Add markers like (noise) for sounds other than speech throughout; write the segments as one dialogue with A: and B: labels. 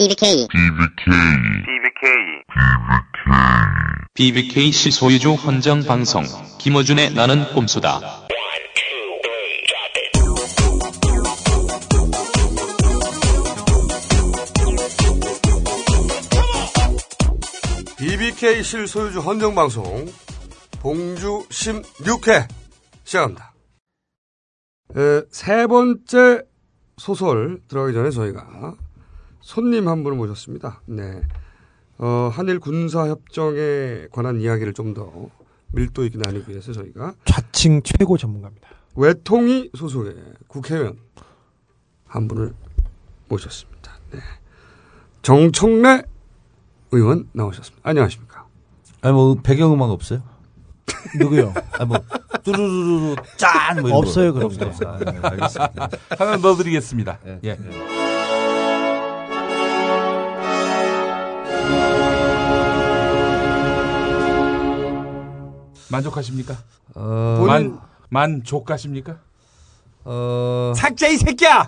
A: BBK,
B: BBK
C: BBK 시 소유주 헌정 방송 김어준의 나는 꼼수다.
D: BBK 실소유주 헌정방송 봉주 16회 시작합니다. 에, 세 번째 소설 들어가기 전에 저희가 손님 한 분을 모셨습니다. 네. 어, 한일 군사협정에 관한 이야기를 좀 더 밀도 있게 나누기 위해서 저희가
E: 좌칭 최고 전문가입니다.
D: 외통위 소속의 국회의원 한 분을 모셨습니다. 네. 정청래 의원 나오셨습니다. 안녕하십니까.
F: 아니 뭐 배경음악 없어요?
E: 누구요?
F: 아니 뭐 뚜루루루 짠뭐 이런
E: 없어요,
F: 거.
E: 그런 거.
F: 없어요. 아, 네, 알겠습니다.
G: 하나 넣어드리겠습니다.
F: 예.
G: 예. 만족하십니까?
F: 어,
D: 본인-
G: 만 만족하십니까?
F: 어,
G: 삭제 이 새끼야!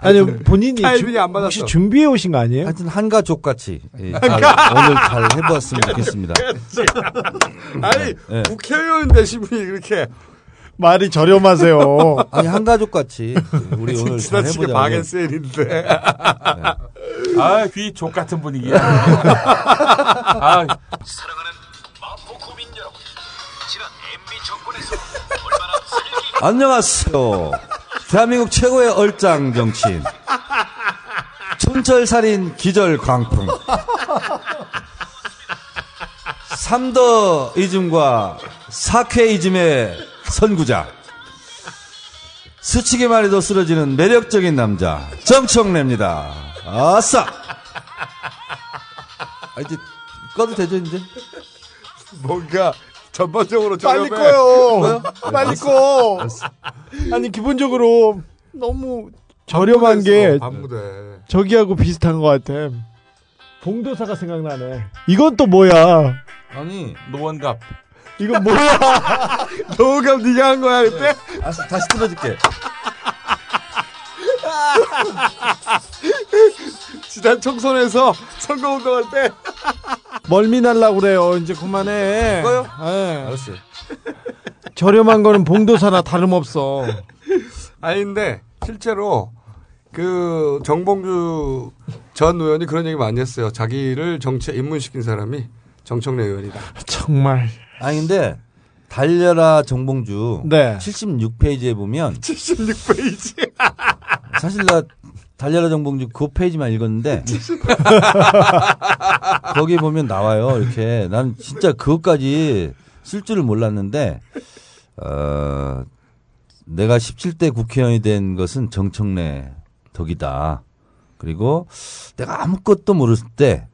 E: 아니 본인이
D: 타이밍이 안 받았어.
E: 혹시 준비해 오신 거 아니에요?
F: 하여튼 한가족 같이 예, 잘, 오늘 잘 해보았으면 좋겠습니다.
D: 아니
F: 예.
D: 국회의원 되신 분이 그렇게
E: 말이 (laughs) 저렴하세요.
F: 아니 한가족 같이
E: (laughs)
F: 우리 오늘 잘
D: 지나치게
F: 해보자.
D: 망의 세일인데
G: 아, 귀 족 같은 분위기야. 아,
F: 안녕하세요. 대한민국 최고의 얼짱 정치인. 촌철살인 기절 광풍. 삼더이즘과 사쾌이즘의 선구자. 스치기만 해도 쓰러지는 매력적인 남자. 정청래입니다. 아싸! 아, 이제 꺼도 되죠, 이제?
D: 뭔가 전반적으로
E: 빨리
D: 저렴해.
E: 꺼요. 빨리 꺼. 아니 기본적으로 너무 저렴한 게
D: 반무대
E: 저기하고 비슷한 것 같아. 봉도사가 생각나네. 이건 또 뭐야?
F: 아니,
G: 노원갑.
E: 이건 뭐야?
D: 노감 네가 한 거야 그때
F: 아, 다시 틀어줄게.
D: 지난 총선에서 선거운동할 때
E: 멀미 날라 그래요. 이제 그만해.
F: 꺼요?
E: 예.
F: 알았어요.
E: 저렴한 거는 봉도사나 다름없어.
D: 아닌데 실제로 그 정봉주 전 의원이 그런 얘기 많이 했어요 자기를 정치에 입문시킨 사람이 정청래 의원이다
E: 정말.
F: 아니 근데 달려라 정봉주
E: 네.
F: 76페이지에 보면
D: 76페이지 (laughs)
F: 사실 나 달려라 정봉주 그 페이지만 읽었는데 (laughs) 거기 보면 나와요 이렇게 난 진짜 그것까지 쓸 줄을 몰랐는데 어 내가 17대 국회의원이 된 것은 정청래 덕이다 그리고 내가 아무것도 모를 때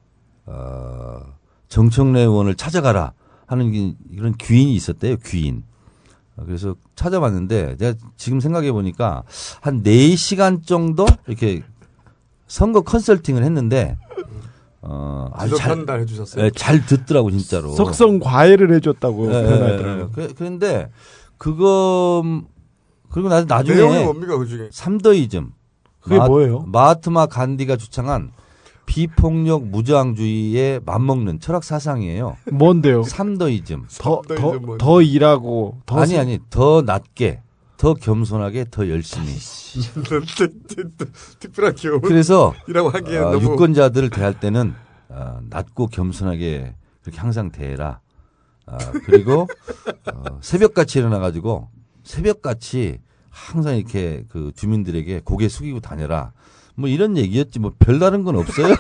F: 어, 정청래 의원을 찾아가라 하는 게 이런 귀인이 있었대요 귀인 어, 그래서 찾아봤는데 내가 지금 생각해 보니까 한 4시간 정도 이렇게 선거 컨설팅을 했는데 어 아주
D: 지도
F: 잘,
D: 판단해 주셨어요
F: 예, 잘 듣더라고 진짜로.
E: 석성 과외를 해줬다고
F: 예, 예,
E: 표현하더라고요.
F: 예. 그- 그런데 그거 음, 그리고 나 나중에
D: 내용이 뭡니까 그중에 (laughs)
F: 삼더이즘
E: 그게 뭐예요?
F: 마하트마 간디가 주창한 비폭력 무저항주의에 맞먹는 철학 사상이에요.
E: 뭔데요?
F: 삼더이즘.
E: 네. 더,
D: 삼도
E: 더,
D: 이제 뭐-
E: 더 일하고 더
F: 아니
E: 세-
F: 아니 더 낮게 더 겸손하게 더 열심히.
D: 특별한 기억이라고
F: 그래서
D: 하기에는
F: 아,
D: 너무
F: 유권자들을 대할 때는 어, 낮고 겸손하게 그렇게 항상 대해라. 아, 그리고 어, 새벽같이 일어나가지고 새벽같이 항상 이렇게 그 주민들에게 고개 숙이고 다녀라. 뭐 이런 얘기였지 뭐 별다른 건 없어요.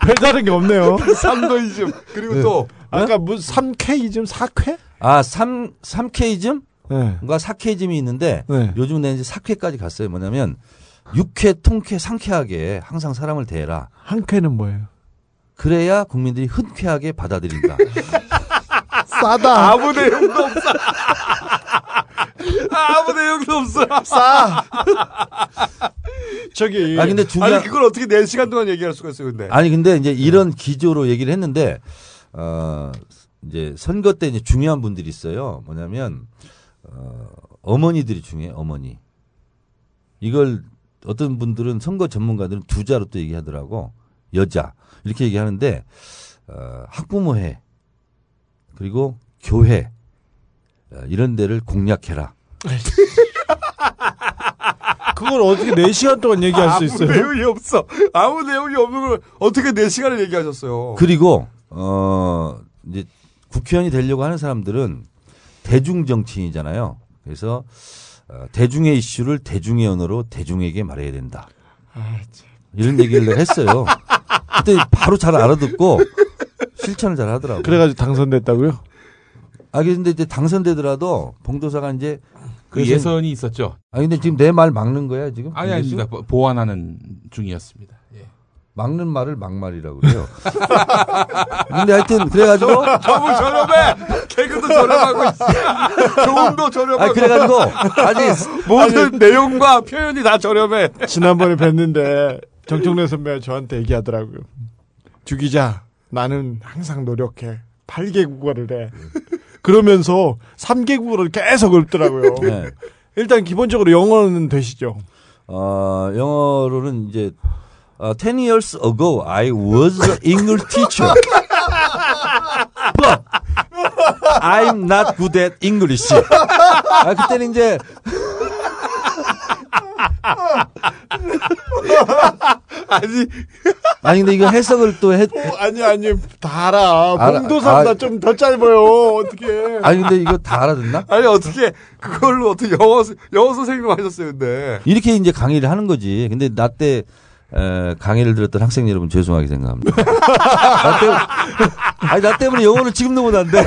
E: 별다른 게 (laughs) 없네요.
D: 삼도이즘 그리고
F: 네.
D: 또
E: 아까 뭐 3K이즘 4K?
F: 아, 삼삼케이즘
E: 네.
F: 뭔가 사케이즘이 있는데
E: 네.
F: 요즘 내는 이제 사케까지 갔어요. 뭐냐면 육회, 통쾌, 상쾌하게 항상 사람을 대해라.
E: 한 쾌는 뭐예요?
F: 그래야 국민들이 흔쾌하게 받아들인다.
D: (laughs)
E: 싸다.
D: 아무 내용도 없어 아무 내용도 없어
E: 싸. 저기
F: 아 근데 중요한
D: 아니 그걸 어떻게 4시간 동안 얘기할 수가 있어요 근데
F: 아니 근데 이제 이런 기조로 얘기를 했는데 어 이제 선거 때 이제 중요한 분들이 있어요. 뭐냐면 어 어머니들이 중요해. 어머니. 이걸 어떤 분들은 선거 전문가들은 두 자로 또 얘기하더라고 여자 이렇게 얘기하는데 어, 학부모회 그리고 교회 어, 이런 데를 공략해라.
E: 그걸 어떻게 4시간 동안 얘기할 수
D: 아무
E: 있어요?
D: 내용이 없어. 아무 내용이 없는 걸 어떻게 4시간을 얘기하셨어요.
F: 그리고 어 이제 국회의원이 되려고 하는 사람들은 대중 정치인이잖아요. 그래서 어, 대중의 이슈를 대중의 언어로 대중에게 말해야 된다.
E: 아,
F: 이런 얘기를 내가 했어요. 그때 바로 잘 알아듣고 실천을 잘 하더라고.
E: 그래가지고 당선됐다고요?
F: 아 근데 이제 당선되더라도 봉도사가 이제
G: 그
F: 그래서-
G: 예선이 있었죠.
F: 아 근데 지금 내 말 막는 거야 지금?
G: 아니
F: 김교수?
G: 아닙니다. 보- 보완하는 중이었습니다. 예.
F: 막는 말을 막말이라고 그래요. (laughs) 근데 하여튼 그래가지고
D: 너무 저렴해. 개그도 저렴하고 있어. (laughs) 조음도
F: 아
D: 저렴하고.
F: 그래가지고 아니
D: 모든 내용과 표현이 다 저렴해. (laughs)
E: 지난번에 뵀는데 정청래 선배가 저한테 얘기하더라고요. 주 기자, 나는 항상 노력해. 8개 국어를 해. 그러면서 3개 국어를 계속 읊더라고요.
F: 네.
E: 일단 기본적으로 영어는 되시죠.
F: 어, 영어로는 이제 어, 10 years ago I was an English teacher. (laughs) But I'm not good at English. 아, 그때는 이제
E: 아니,
F: 아니 근데 이거 해석을 또 했.
E: 아니, 아니, 다 알아.
F: 알아.
E: 봉도사보다
F: 아.
E: 좀 더 짧아요. 어떻게.
F: 아니 근데 이거 다 알아듣나?
D: 아니 어떻게 그걸로 어떻게 영어 선- 영어 선생님 하셨어요, 근데.
F: 이렇게 이제 강의를 하는 거지. 근데 나 때 강의를 들었던 학생 여러분 죄송하게 생각합니다. 나 때문에, 아니 나 때문에 영어를 지금도 못하는데.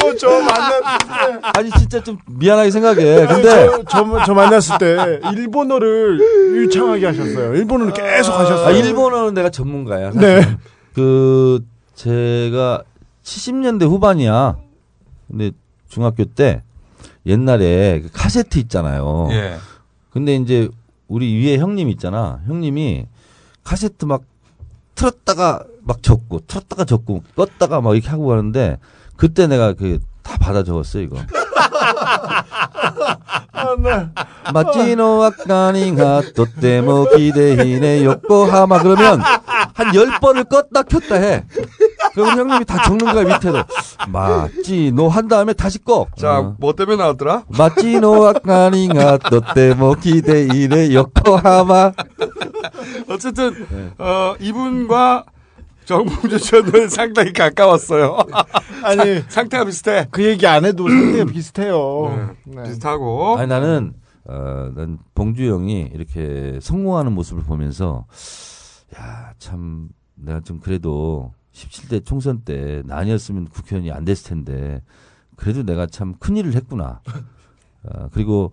E: 또 저 만났을 때.
F: 아니 진짜 좀 미안하게 생각해. 근데
E: 저, 저, 저 만났을 때 일본어를 유창하게 하셨어요. 일본어를 계속 하셨어요.
F: 아, 일본어는 내가 전문가야. 사실.
E: 네.
F: 그 제가 70년대 후반이야. 근데 중학교 때 옛날에 그 카세트 있잖아요.
G: 예.
F: 근데 이제 우리 위에 형님 있잖아. 형님이 카세트 막 틀었다가 막 적고 틀었다가 적고 껐다가 막 이렇게 하고 가는데 그때 내가 그 다 받아 적었어 이거. 마치노 아까니가 또때모 뭐 기대히네 요코하마 그러면 한 열번을 껐다 켰다 해. 그럼 형님이 다 적는 거야 밑에도. 마치노 한 다음에 다시 꺼.
D: 자,
F: 어.
D: 뭐 때문에 나왔더라?
F: 마치노 아까니가 또때모 기대히네 요코하마
D: 어쨌든 어, 이분과 정봉주 씨는 (laughs) 상당히 가까웠어요. (laughs)
E: 아니,
D: 상태가 비슷해.
E: 그 얘기
D: (clears throat)
E: 안 해도 상태가 비슷해요. 네.
D: 비슷하고
F: 아니 나는 어, 난 봉주 형이 이렇게 성공하는 모습을 보면서 야 참 내가 좀 그래도 17대 총선 때 나아니었으면 국회의원이 안 됐을 텐데 그래도 내가 참 큰일을 했구나. 어, 그리고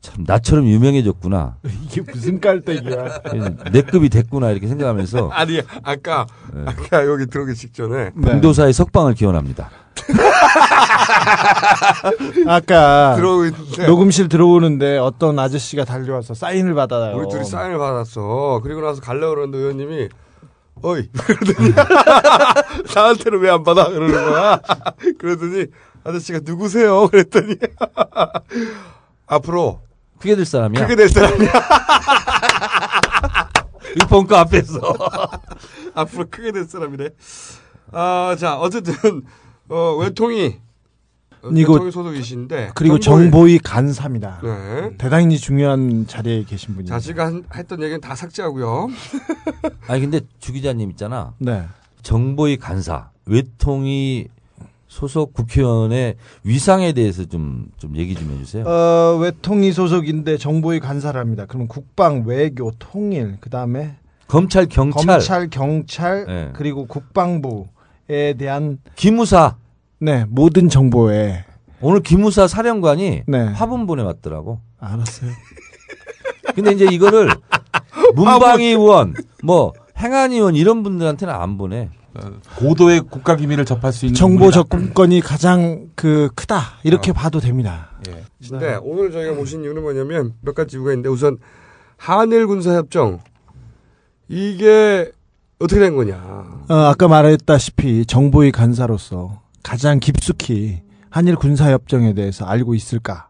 F: 참 나처럼 유명해졌구나.
E: 이게 무슨 깔때기야.
F: 내 급이 됐구나 이렇게 (laughs) 생각하면서
D: 아니 아까
E: 네.
D: 아까 여기 들어오기 직전에
F: 봉도사의 석방을 기원합니다.
E: 아까
D: 들어오고 네. 있는데
E: 녹음실 들어오는데 어떤 아저씨가 달려와서 사인을 받아요.
D: 우리 둘이 사인을 받았어. 그리고 나서 갈려고 그러는데 의원님이
E: (laughs)
D: 어이 그러더니 (laughs) 나한테는 왜 안 받아 그러는 거야. (laughs) 그러더니 아저씨가 누구세요? (laughs) 그랬더니 앞으로
F: 크게 될 사람이야.
D: 그게 될 사람이야. (laughs)
F: 이 본가 앞에서.
D: 앞으로 크게 될 사람이래. 아, 자, 어쨌든 어, 외통이 어,
E: 이거-
D: 외통이 소속이신데
E: 그리고
D: 정보일-
E: 정보위 간사입니다.
D: 네.
E: 대단히 중요한 자리에 계신 분이에요.
D: 자식가 한- 했던 얘기는 다 삭제하고요.
F: 아니 근데 주 기자님 있잖아.
E: 네.
F: 정보의 간사, 외통이 소속 국회의원의 위상에 대해서 좀, 좀 얘기 좀 해주세요.
E: 어, 외통위 소속인데 정보위 간사를 합니다. 그럼 국방, 외교, 통일, 그 다음에
F: 검찰, 경찰,
E: 검찰, 경찰,
F: 네.
E: 그리고 국방부에 대한
F: 기무사.
E: 네 모든 정보에
F: 오늘 기무사 사령관이
E: 네.
F: 화분 보내왔더라고.
E: 알았어요.
F: 근데 이제
E: (laughs)
F: 이거를 문방위 의원, 뭐 행안 의원 이런 분들한테는 안 보내.
G: 고도의 국가 기밀을 접할 수 있는
E: 정보
G: 분이다.
E: 접근권이 가장 그 크다 이렇게 봐도 됩니다.
G: 예.
D: 네. 오늘 저희가 모신 이유는 뭐냐면 몇 가지 이유가 있는데 우선 한일 군사 협정 이게 어떻게 된 거냐?
E: 어, 아까 말했다시피 정보위 간사로서 가장 깊숙이 한일 군사협정에 대해서 알고 있을까?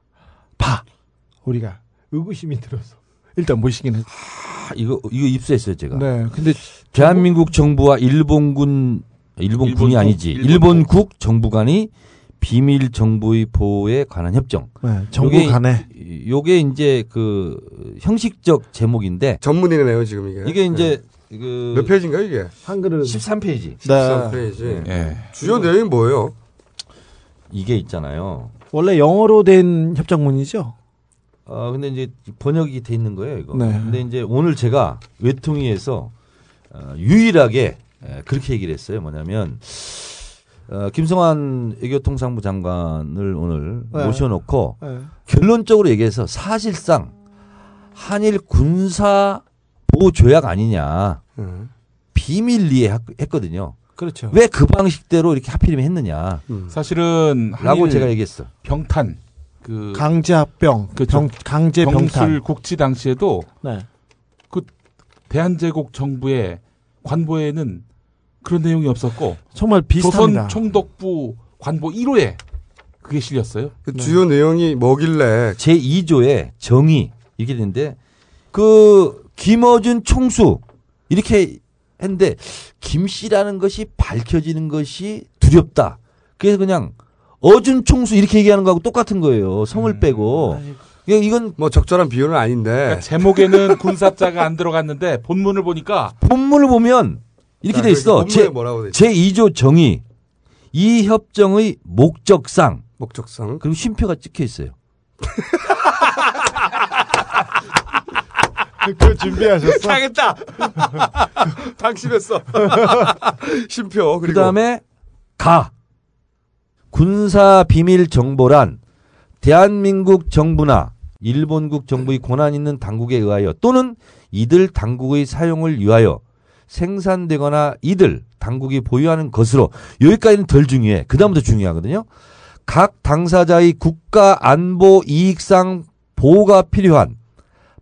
E: 봐 우리가 의구심이 들어서 일단 모시긴 했죠.
F: 아, 이거 이거 입수했어요 제가.
E: 네, 근데
F: 대한민국 정부와 일본군 일본 군이
G: 일본군,
F: 아니지
G: 일본군.
F: 일본국 정부 간이 비밀 정보의 보호에 관한 협정.
E: 네, 정부
F: 요게-
E: 간에
F: 요게 이제 그 형식적 제목인데
D: 전문이네요 지금 이게.
F: 이게 이제
D: 네. 몇
F: 그
D: 페이지인가 요 이게?
E: 한글은
F: 13페이지.
E: 네.
D: 13페이지.
G: 예.
D: 주요 내용이 뭐예요?
F: 이게 있잖아요.
E: 원래 영어로 된 협정문이죠.
F: 아 근데 이제 번역이 돼 있는 거예요 이거.
E: 네.
F: 근데 이제 오늘 제가 외통위에서 어, 유일하게 에, 그렇게 얘기를 했어요. 뭐냐면 어, 김성환 외교통상부 장관을 오늘
E: 네.
F: 모셔놓고
E: 네.
F: 결론적으로 얘기해서 사실상 한일 군사 보호 조약 아니냐
D: 음.
F: 비밀리에 했- 했거든요.
E: 그렇죠.
F: 왜 그 방식대로 이렇게 하필이면 했느냐라고
G: 사실은 한일
F: 제가 얘기했어.
G: 병탄 그
E: 강제 합병,
G: 그렇죠.
E: 병- 강제
G: 병술
E: 병탄.
G: 국치 당시에도
E: 네.
G: 대한제국 정부의 관보에는 그런 내용이 없었고
E: 정말
G: 조선
E: 비슷합니다.
G: 총독부 관보 1호에 그게 실렸어요.
D: 그 주요 내용이 뭐길래
F: 제 2조의 정의 이렇게 되는데 그 김어준 총수 이렇게 했는데 김 씨라는 것이 밝혀지는 것이 두렵다. 그래서 그냥 어준 총수 이렇게 얘기하는 거하고 똑같은 거예요. 성을
D: 음,
F: 빼고 그러니까 이거- 이건
D: 뭐 적절한 비유는 아닌데
G: 그러니까 제목에는 군사자가 안 들어갔는데 본문을 보니까
F: 본문을 보면 이렇게 돼 있어.
D: 제
F: 제,
D: 그러니까 뭐라고 돼 있어?
F: 제 2조 정의 이 협정의 목적상 (laughs)
D: 목적상
F: 그리고 쉼표가 찍혀 있어요.
E: 아, 그거 (laughs) 준비하셨어?
D: 당했다. 당신했어. (laughs) 심표 그리고
F: 그다음에 가 군사 비밀 정보란 대한민국 정부나 일본국 정부의 권한 있는 당국에 의하여 또는 이들 당국의 사용을 위하여 생산되거나 이들 당국이 보유하는 것으로 여기까지는 덜 중요해. 그다음부터 중요하거든요. 각 당사자의 국가 안보 이익상 보호가 필요한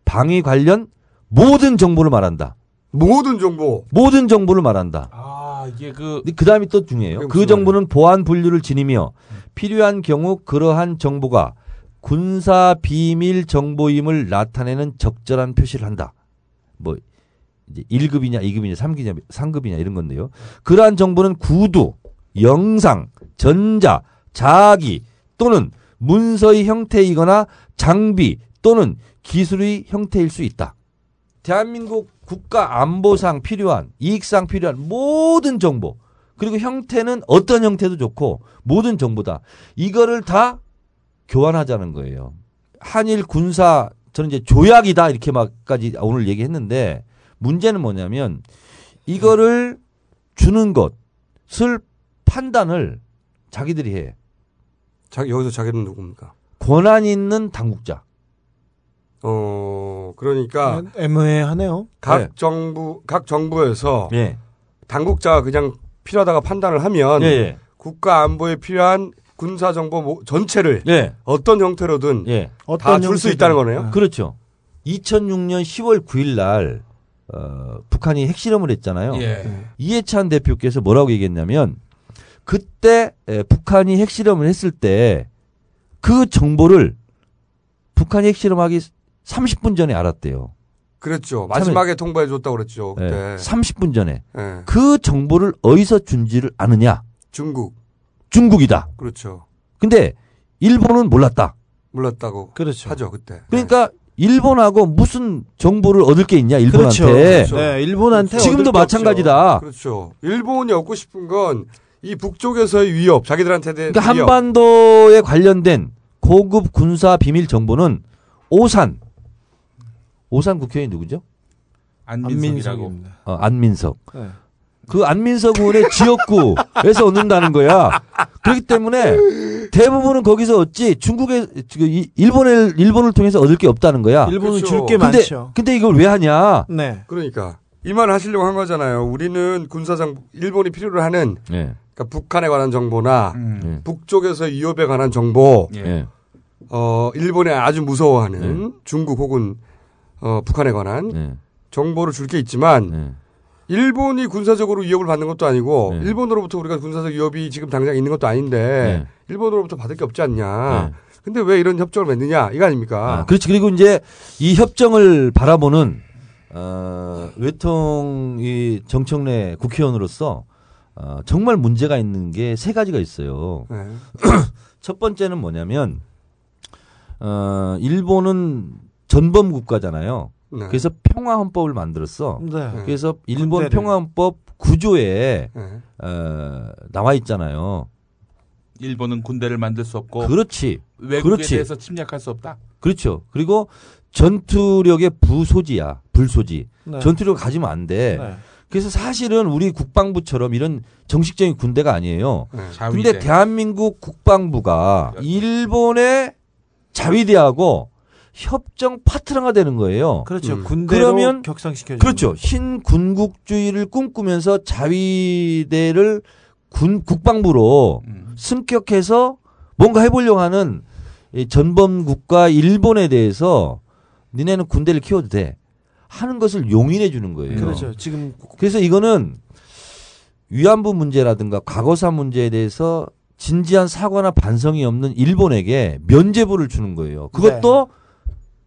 F: 방위 관련 모든 정보를 말한다.
D: 모든 정보
F: 모든 정보를 말한다.
G: 아 이게 그
F: 그 다음이 또 중요해요. 음.
D: 그게
F: 그
D: 무슨
F: 정부는 보안 분류를 지니며 필요한 경우 그러한 정보가 군사 비밀 정보임을 나타내는 적절한 표시를 한다. 뭐 이제 1급이냐, 2급이냐, 3급이냐, 3급이냐 이런 건데요. 그러한 정보는 구두, 영상, 전자, 자기 또는 문서의 형태이거나 장비 또는 기술의 형태일 수 있다. 대한민국 국가 안보상 필요한 이익상 필요한 모든 정보 그리고 형태는 어떤 형태도 좋고 모든 정보다 이거를 다 교환하자는 거예요. 한일 군사 저는 이제 조약이다 이렇게 막까지 오늘 얘기했는데 문제는 뭐냐면 이거를 주는 것을 판단을 자기들이 해.
D: 자, 여기서 자기는 누굽니까?
F: 권한 있는 당국자.
D: 어 그러니까
E: 아, 네. 애매하네요.
D: 각
F: 네.
D: 정부 각 정부에서
F: 예.
D: 당국자가 그냥 필요하다가 판단을 하면
F: 예. 예.
D: 국가 안보에 필요한 군사 정보 모- 전체를
F: 예.
D: 어떤 형태로든
F: 예.
D: 다 줄 수
E: 형태든.
D: 있다는 거네요.
F: 그렇죠. 2006년 10월 9일 날 어, 북한이 핵실험을 했잖아요.
G: 예.
F: 이해찬 대표께서 뭐라고 얘기했냐면 그때 에, 북한이 핵실험을 했을 때 그 정보를 북한이 핵실험하기 30분 전에 알았대요.
D: 그랬죠. 그렇죠. 마지막에 통보해 줬다고 그랬죠.
F: 예,
D: 그때
F: 30분 전에
D: 예.
F: 그 정보를 어디서 준지를 아느냐?
D: 중국
F: 중국이다.
D: 그렇죠.
F: 근데 일본은 몰랐다.
D: 몰랐다고
E: 그렇죠.
D: 하죠 그때. 예.
F: 그러니까 일본하고 무슨 정보를 얻을 게 있냐 일본한테.
E: 그렇죠.
D: 그렇죠.
E: 네, 일본한테
F: 지금도
E: 얻을 게 없죠.
F: 마찬가지다.
D: 네. 그렇죠. 일본이 얻고 싶은 건 이 북쪽에서의 위협, 자기들한테 대한
F: 그러니까
D: 위협.
F: 한반도에 관련된 고급 군사 비밀 정보는 오산 오산 국회의원 누구죠?
G: 안민석이라고
F: 어, 안민석.
E: 네.
F: 그 안민석 의원의 지역구에서 얻는다는 거야. 그렇기 때문에 대부분은 거기서 얻지 중국에 지금 이- 일본을 일본을 통해서 얻을 게 없다는 거야.
E: 일본은
D: 그렇죠.
E: 줄 게
F: 근데
E: 많죠.
F: 근데 이걸 왜 하냐?
E: 아, 네.
D: 그러니까 이 말 하시려고 한 거잖아요. 우리는 군사장 일본이 필요로 하는
E: 네.
F: 예.
D: 그러니까 북한에 관한 정보나
G: 음.
F: 예.
D: 북쪽에서 위협에 관한 정보,
G: 예.
F: 예.
D: 어 일본에 아주 무서워하는
F: 네.
D: 중국 혹은 어 북한에 관한
F: 예.
D: 정보를 줄 게 있지만
F: 예.
D: 일본이 군사적으로 위협을 받는 것도 아니고
F: 네.
D: 일본으로부터 우리가 군사적 위협이 지금 당장 있는 것도 아닌데
F: 네.
D: 일본으로부터 받을 게 없지 않냐.
F: 네.
D: 근데 왜 이런 협정을 맺느냐 이거 아닙니까?
F: 아, 그렇지. 그리고 이제 이 협정을 바라보는 어, 외통 이 정청래 국회의원으로서 어, 정말 문제가 있는 게 세 가지가 있어요.
D: 네.
F: 첫 번째는 뭐냐면 어, 일본은 전범 국가잖아요.
D: 네.
F: 그래서 평화 헌법을 만들었어.
E: 네.
F: 그래서 일본
E: 군대를.
F: 평화 헌법 구조에
D: 네.
F: 어, 나와 있잖아요.
G: 일본은 군대를 만들 수
E: 뭐?
G: 없고
F: 그렇지.
G: 외국에
F: 그렇지.
G: 대해서 침략할 수 없다.
F: 그렇죠. 그리고 전투력의 부소지야. 불소지.
E: 네.
F: 전투력 가지면 안 돼.
E: 네.
F: 그래서 사실은 우리 국방부처럼 이런 정식적인 군대가 아니에요.
D: 네.
F: 근데
G: 자위대.
F: 대한민국 국방부가 일본의 자위대하고 협정 파트너가 되는 거예요.
E: 그렇죠.
D: 음.
E: 군대로
F: 그러면-
E: 격상시켜
F: 그렇죠. 신군국주의를 꿈꾸면서 자위대를 군 국방부로
G: 음.
F: 승격해서 뭔가 해보려고 하는 이 전범국가 일본에 대해서 니네는 군대를 키워도 돼 하는 것을 용인해 주는 거예요.
E: 그렇죠. 지금
F: 그래서 이거는 위안부 문제라든가 과거사 문제에 대해서 진지한 사과나 반성이 없는 일본에게 면제부를 주는 거예요. 그것도
E: 네.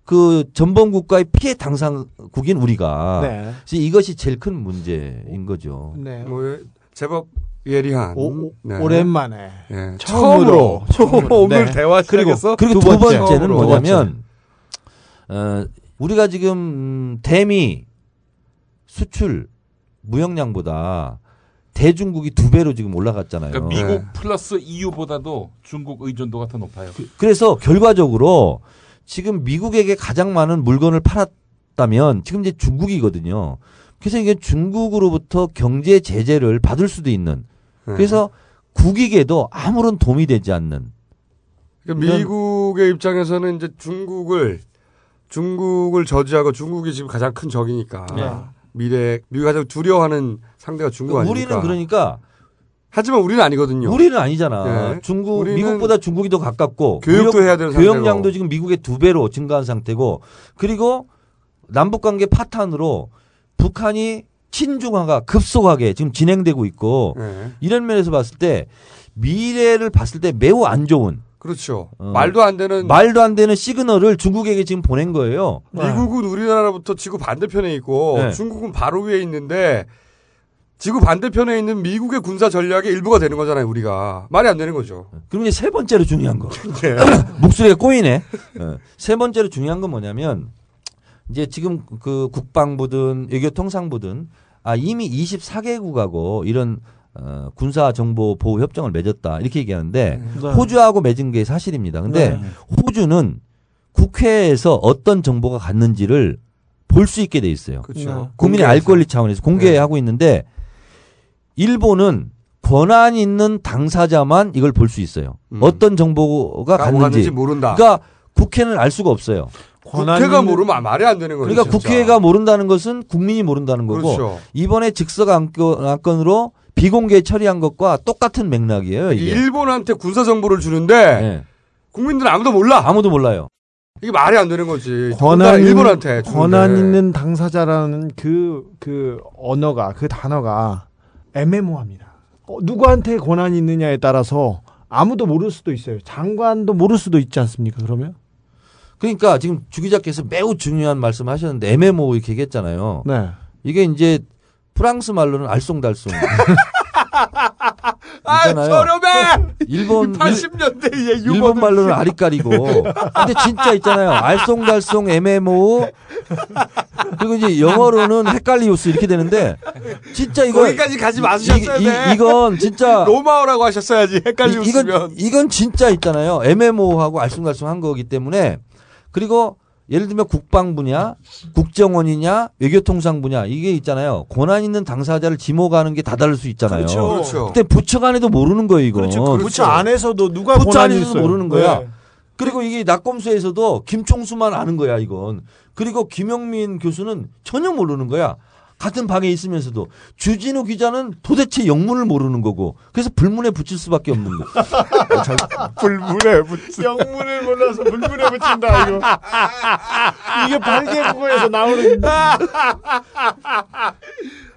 F: 그 전범국가의 피해 당사국인 우리가
E: 네.
F: 그래서 이것이 제일 큰 문제인 거죠.
E: 네.
D: 뭐 제법 예리한
E: 오, 오,
D: 네.
E: 오랜만에
D: 예.
E: 처음으로. 처음으로.
D: 오늘
E: 네.
D: 대화
F: 그리고
D: 시작해서
E: 두
F: 그리고 두
E: 번째.
F: 번째는
E: 처음으로.
F: 뭐냐면 어, 우리가 지금 대미 수출 무역량보다 대중국이 두 배로 지금 올라갔잖아요.
G: 그러니까
D: 미-
G: 미국 플러스 EU보다도 중국 의존도가 더 높아요.
F: 그래서 결과적으로 지금 미국에게 가장 많은 물건을 팔았다면 지금 이제 중국이거든요. 그래서 이게 중국으로부터 경제 제재를 받을 수도 있는
D: 네.
F: 그래서 국익에도 아무런 도움이 되지 않는
D: 그러니까 미국의 입장에서는 이제 중국을 중국을 저지하고 중국이 지금 가장 큰 적이니까
F: 네.
D: 미래 미국이 가장 두려워하는 상대가 중국 아닙니까?
F: 우리는 그러니까
D: 하지만 우리는 아니거든요.
F: 우리는 아니잖아.
D: 예.
F: 중국
D: 우리는
F: 미국보다 중국이 더 가깝고
D: 교육도 해야 되는
F: 교역량도
D: 상태고.
F: 지금 미국의 두 배로 증가한 상태고 그리고 남북 관계 파탄으로 북한이 친중화가 급속하게 지금 진행되고 있고
D: 예.
F: 이런 면에서 봤을 때 미래를 봤을 때 매우 안 좋은
D: 그렇죠.
F: 어.
D: 말도 안 되는
F: 말도 안 되는 시그널을 중국에게 지금 보낸 거예요.
D: 미국은 우리나라부터 지구 반대편에 있고
F: 네.
D: 중국은 바로 위에 있는데 지구 반대편에 있는 미국의 군사 전략의 일부가 되는 거잖아요, 우리가. 말이 안 되는 거죠.
F: 네. 그럼 이제 세 번째로 중요한 거. (clears throat) 목소리가 꼬이네. 어. 세 번째로 중요한 건 뭐냐면 이제 지금 그 국방부든 외교통상부든 아 이미 24개국하고 이런 어, 군사 정보 보호 협정을 맺었다 이렇게 얘기하는데 호주하고 맺은 게 사실입니다. 근데
D: 네.
F: 호주는 국회에서 어떤 정보가 갔는지를 볼 수 있게 돼 있어요.
E: 네.
D: 그렇죠. 네.
F: 국민의 알 권리 차원에서 공개하고 있는데 일본은 권한 있는 당사자만 이걸 볼 수 있어요.
D: 음.
F: 어떤 정보가
D: 가고 갔는지
F: 갔는지.
D: 모른다.
F: 그러니까 국회는 알 수가 없어요.
E: 권한
D: 국회가
E: 있는-
D: 모르면 아, 말이 안 되는 거죠.
F: 그러니까
D: 그렇죠, 진짜.
F: 국회가 뭐 모른다는 것은 국민이 모른다는 거고
D: 그렇죠.
F: 이번에 즉석 안건, 안건으로 비공개 처리한 것과 똑같은 맥락이에요. 이게.
D: 일본한테 군사 정보를 주는데
F: 예.
D: 국민들은 아무도 몰라.
F: 아무도 몰라요.
D: 이게 말이 안 되는 거지.
E: 권한
D: 군사
E: 있는-
D: 일본한테 주는데.
E: 권한 있는 당사자라는 그, 그 언어가, 그 단어가 애매모호합니다. 어, 누구한테 권한이 있느냐에 따라서 아무도 모를 수도 있어요. 장관도 모를 수도 있지 않습니까, 그러면?
F: 그러니까 지금 주 기자께서 매우 중요한 말씀하셨는데 애매모호 이렇게 얘기했잖아요.
E: 네.
F: 이게 이제 프랑스 말로는
D: (laughs)
F: 알쏭달쏭. 있잖아요.
D: 저렴해.
F: 일본
D: 80년대의
F: 일, 본 말로는 아리까리고. 근데 진짜 있잖아요. 알쏭달쏭 애매모. 그리고 이제 영어로는 헷갈리우스 이렇게 되는데 진짜 이거
D: 거기까지 가지 마셨어야 돼.
F: 이, 건 진짜
D: 로마어라고 하셨어야지.
F: 이, 건
D: 헷갈리면.
F: 이건 진짜 있잖아요. 애매모호하고 알쏭달쏭한 거기 때문에 그리고 예를 들면 국방부냐, 국정원이냐, 외교통상부냐 이게 있잖아요. 권한 있는 당사자를 지목하는 게 다 다를 수 있잖아요.
D: 그렇죠.
F: 그때 부처 간에도 모르는 거예요,
E: 그렇죠.
F: 이거.
D: 부처
E: 안에서도 누가 네.
F: 부처 안에서도 모르는 거야. 그리고 이게 낙검수에서도 김총수만 아는 거야 이건. 그리고 김영민 교수는 전혀 모르는 거야. 같은 방에 있으면서도 주진우 기자는 도대체 영문을 모르는 거고 그래서 불문에 붙일 수밖에 없는 거.
E: 불문에 붙인 영문을 몰라서 불문에
D: 아,
E: 붙인다 이거. 이게 발개국어에서 나오는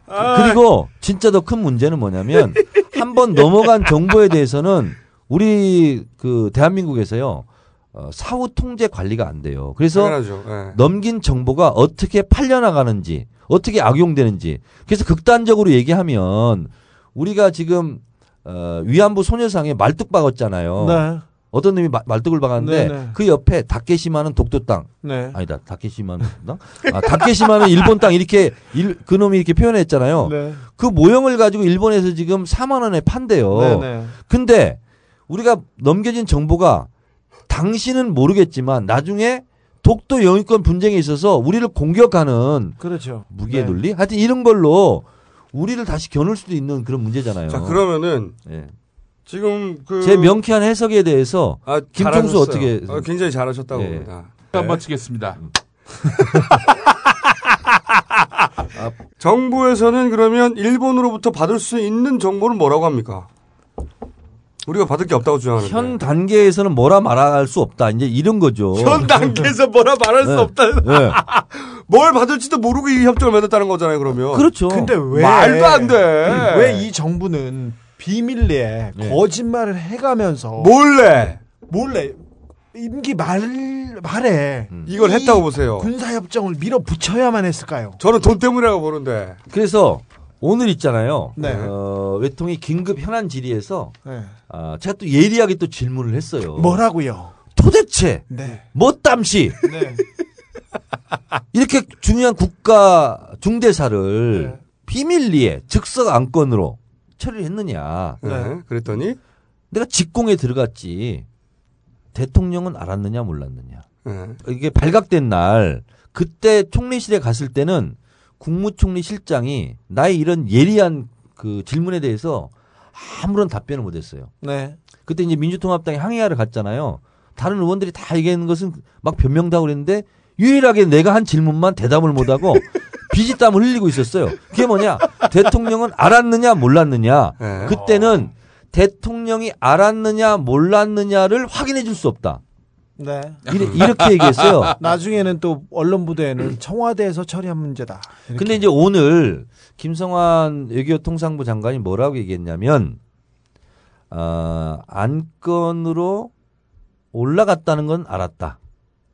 D: 아.
F: 그리고 진짜 더 큰 문제는
D: (laughs)
F: 뭐냐면 한 번 넘어간 정보에 대해서는 우리 그 대한민국에서요 어, 사후 통제 관리가 안 돼요. 그래서
D: 당연하죠. 예.
F: 넘긴 정보가 어떻게 팔려나가는지, 어떻게 악용되는지. 그래서 극단적으로 얘기하면 우리가 지금 어, 위안부 소녀상에 말뚝 박았잖아요.
E: 네.
F: 어떤 놈이 마- 말뚝을 박았는데
E: 네네.
F: 그 옆에 다케시마는 독도 땅,
E: 네.
F: 아니다 다케시마는 땅, 아, 다케시마는 일본 땅 이렇게 일, 그 놈이 이렇게 표현했잖아요.
E: 네.
F: 그 모형을 가지고 일본에서 지금 4만 원에 판대요.
E: 네네.
F: 근데 우리가 넘겨진 정보가 당신은 모르겠지만 나중에 독도 영유권 분쟁에 있어서 우리를 공격하는
E: 그렇죠.
F: 무기의
E: 네.
F: 논리? 하여튼 이런 걸로 우리를 다시 겨눌 수도 있는 그런 문제잖아요.
D: 자, 그러면은
F: 예.
D: 지금 그
F: 네. 제 명쾌한 해석에 대해서
D: 아,
F: 김총수
D: 잘하셨어요.
F: 어떻게-
D: 어, 굉장히 잘하셨다고
F: 예.
D: 봅니다.
G: 안 마치겠습니다.
D: 정부에서는 그러면 일본으로부터 받을 수 있는 정보는 뭐라고 합니까? 우리가 받을 게 없다고 주장하는데.
F: 현 단계에서는 뭐라 말할 수 없다. 이제 이런 거죠.
D: 현 단계에서 뭐라 말할
F: 네.
D: 수 없다.
F: 예.
D: (laughs) 뭘 받을지도 모르고 이 협정을 맺었다는 거잖아요, 그러면.
F: 그렇죠.
E: 근데 왜
D: 말도 안 돼.
E: 왜 이 정부는 비밀리에
D: 네.
E: 거짓말을 해가면서
D: 몰래
E: 몰래 임기 말 말에
D: 이걸
E: 이
D: 했다고 보세요.
E: 군사협정을 밀어붙여야만 했을까요?
D: 저는 돈 때문이라고 보는데.
F: 그래서 오늘 있잖아요.
E: 네.
F: 어, 외통이 긴급 현안 질의에서
E: 네.
F: 아, 제가 또 예리하게 또 질문을 했어요.
E: 뭐라고요?
F: 도대체
E: 네.
F: 뭐 땀시
E: 네.
F: 이렇게 중요한 국가 중대사를
E: 네.
F: 비밀리에 즉석 안건으로 처리를 했느냐.
D: 네.
E: 네.
D: 그랬더니
F: 내가 직공에 들어갔지. 대통령은 알았느냐 몰랐느냐.
D: 네.
F: 이게 발각된 날 그때 총리실에 갔을 때는 국무총리 실장이 나의 이런 예리한 그 질문에 대해서 아무런 답변을 못했어요.
E: 네.
F: 그때 이제 민주통합당이 항의하러 갔잖아요. 다른 의원들이 다 얘기하는 것은 막 변명다 그랬는데 유일하게 내가 한 질문만 대답을
E: (laughs)
F: 못하고 비지땀을 흘리고 있었어요. 그게 뭐냐? 대통령은 알았느냐 몰랐느냐.
D: 네.
F: 그때는
E: 어.
F: 대통령이 알았느냐 몰랐느냐를 확인해 줄 수 없다.
E: 네.
F: 이래- 이렇게 얘기했어요.
E: 나중에는 또 언론 부대에는 청와대에서 처리한 문제다. (laughs) 이렇게.
F: 근데 이제 오늘 김성환 외교통상부 장관이 뭐라고 얘기했냐면 어, 안건으로 올라갔다는 건 알았다.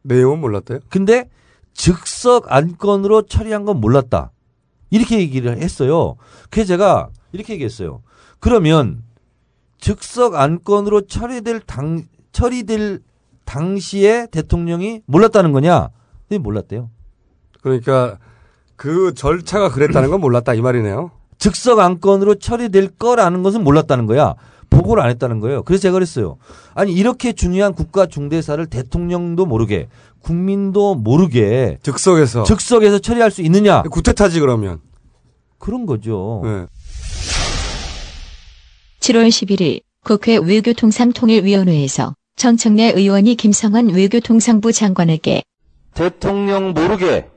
D: 내용은 몰랐대요.
F: 근데 즉석 안건으로 처리한 건 몰랐다. 이렇게 얘기를 했어요. 그래서 제가 이렇게 얘기했어요. 그러면 즉석 안건으로 처리될 당 처리될 당시에 대통령이 몰랐다는 거냐? 근데 몰랐대요.
D: 그러니까 그 절차가 그랬다는 건 몰랐다 이 말이네요.
F: 즉석 안건으로 처리될 거라는 것은 몰랐다는 거야. 보고를 안 했다는 거예요. 그래서 제가 그랬어요. 아니 이렇게 중요한 국가 중대사를 대통령도 모르게 국민도 모르게
D: 즉석에서
F: 즉석에서 처리할 수 있느냐?
D: 구태타지 그러면.
F: 그런 거죠.
D: 네.
A: 7월 11일 국회 외교통상통일위원회에서 정청래 의원이 김성환 외교통상부 장관에게
H: 대통령 모르게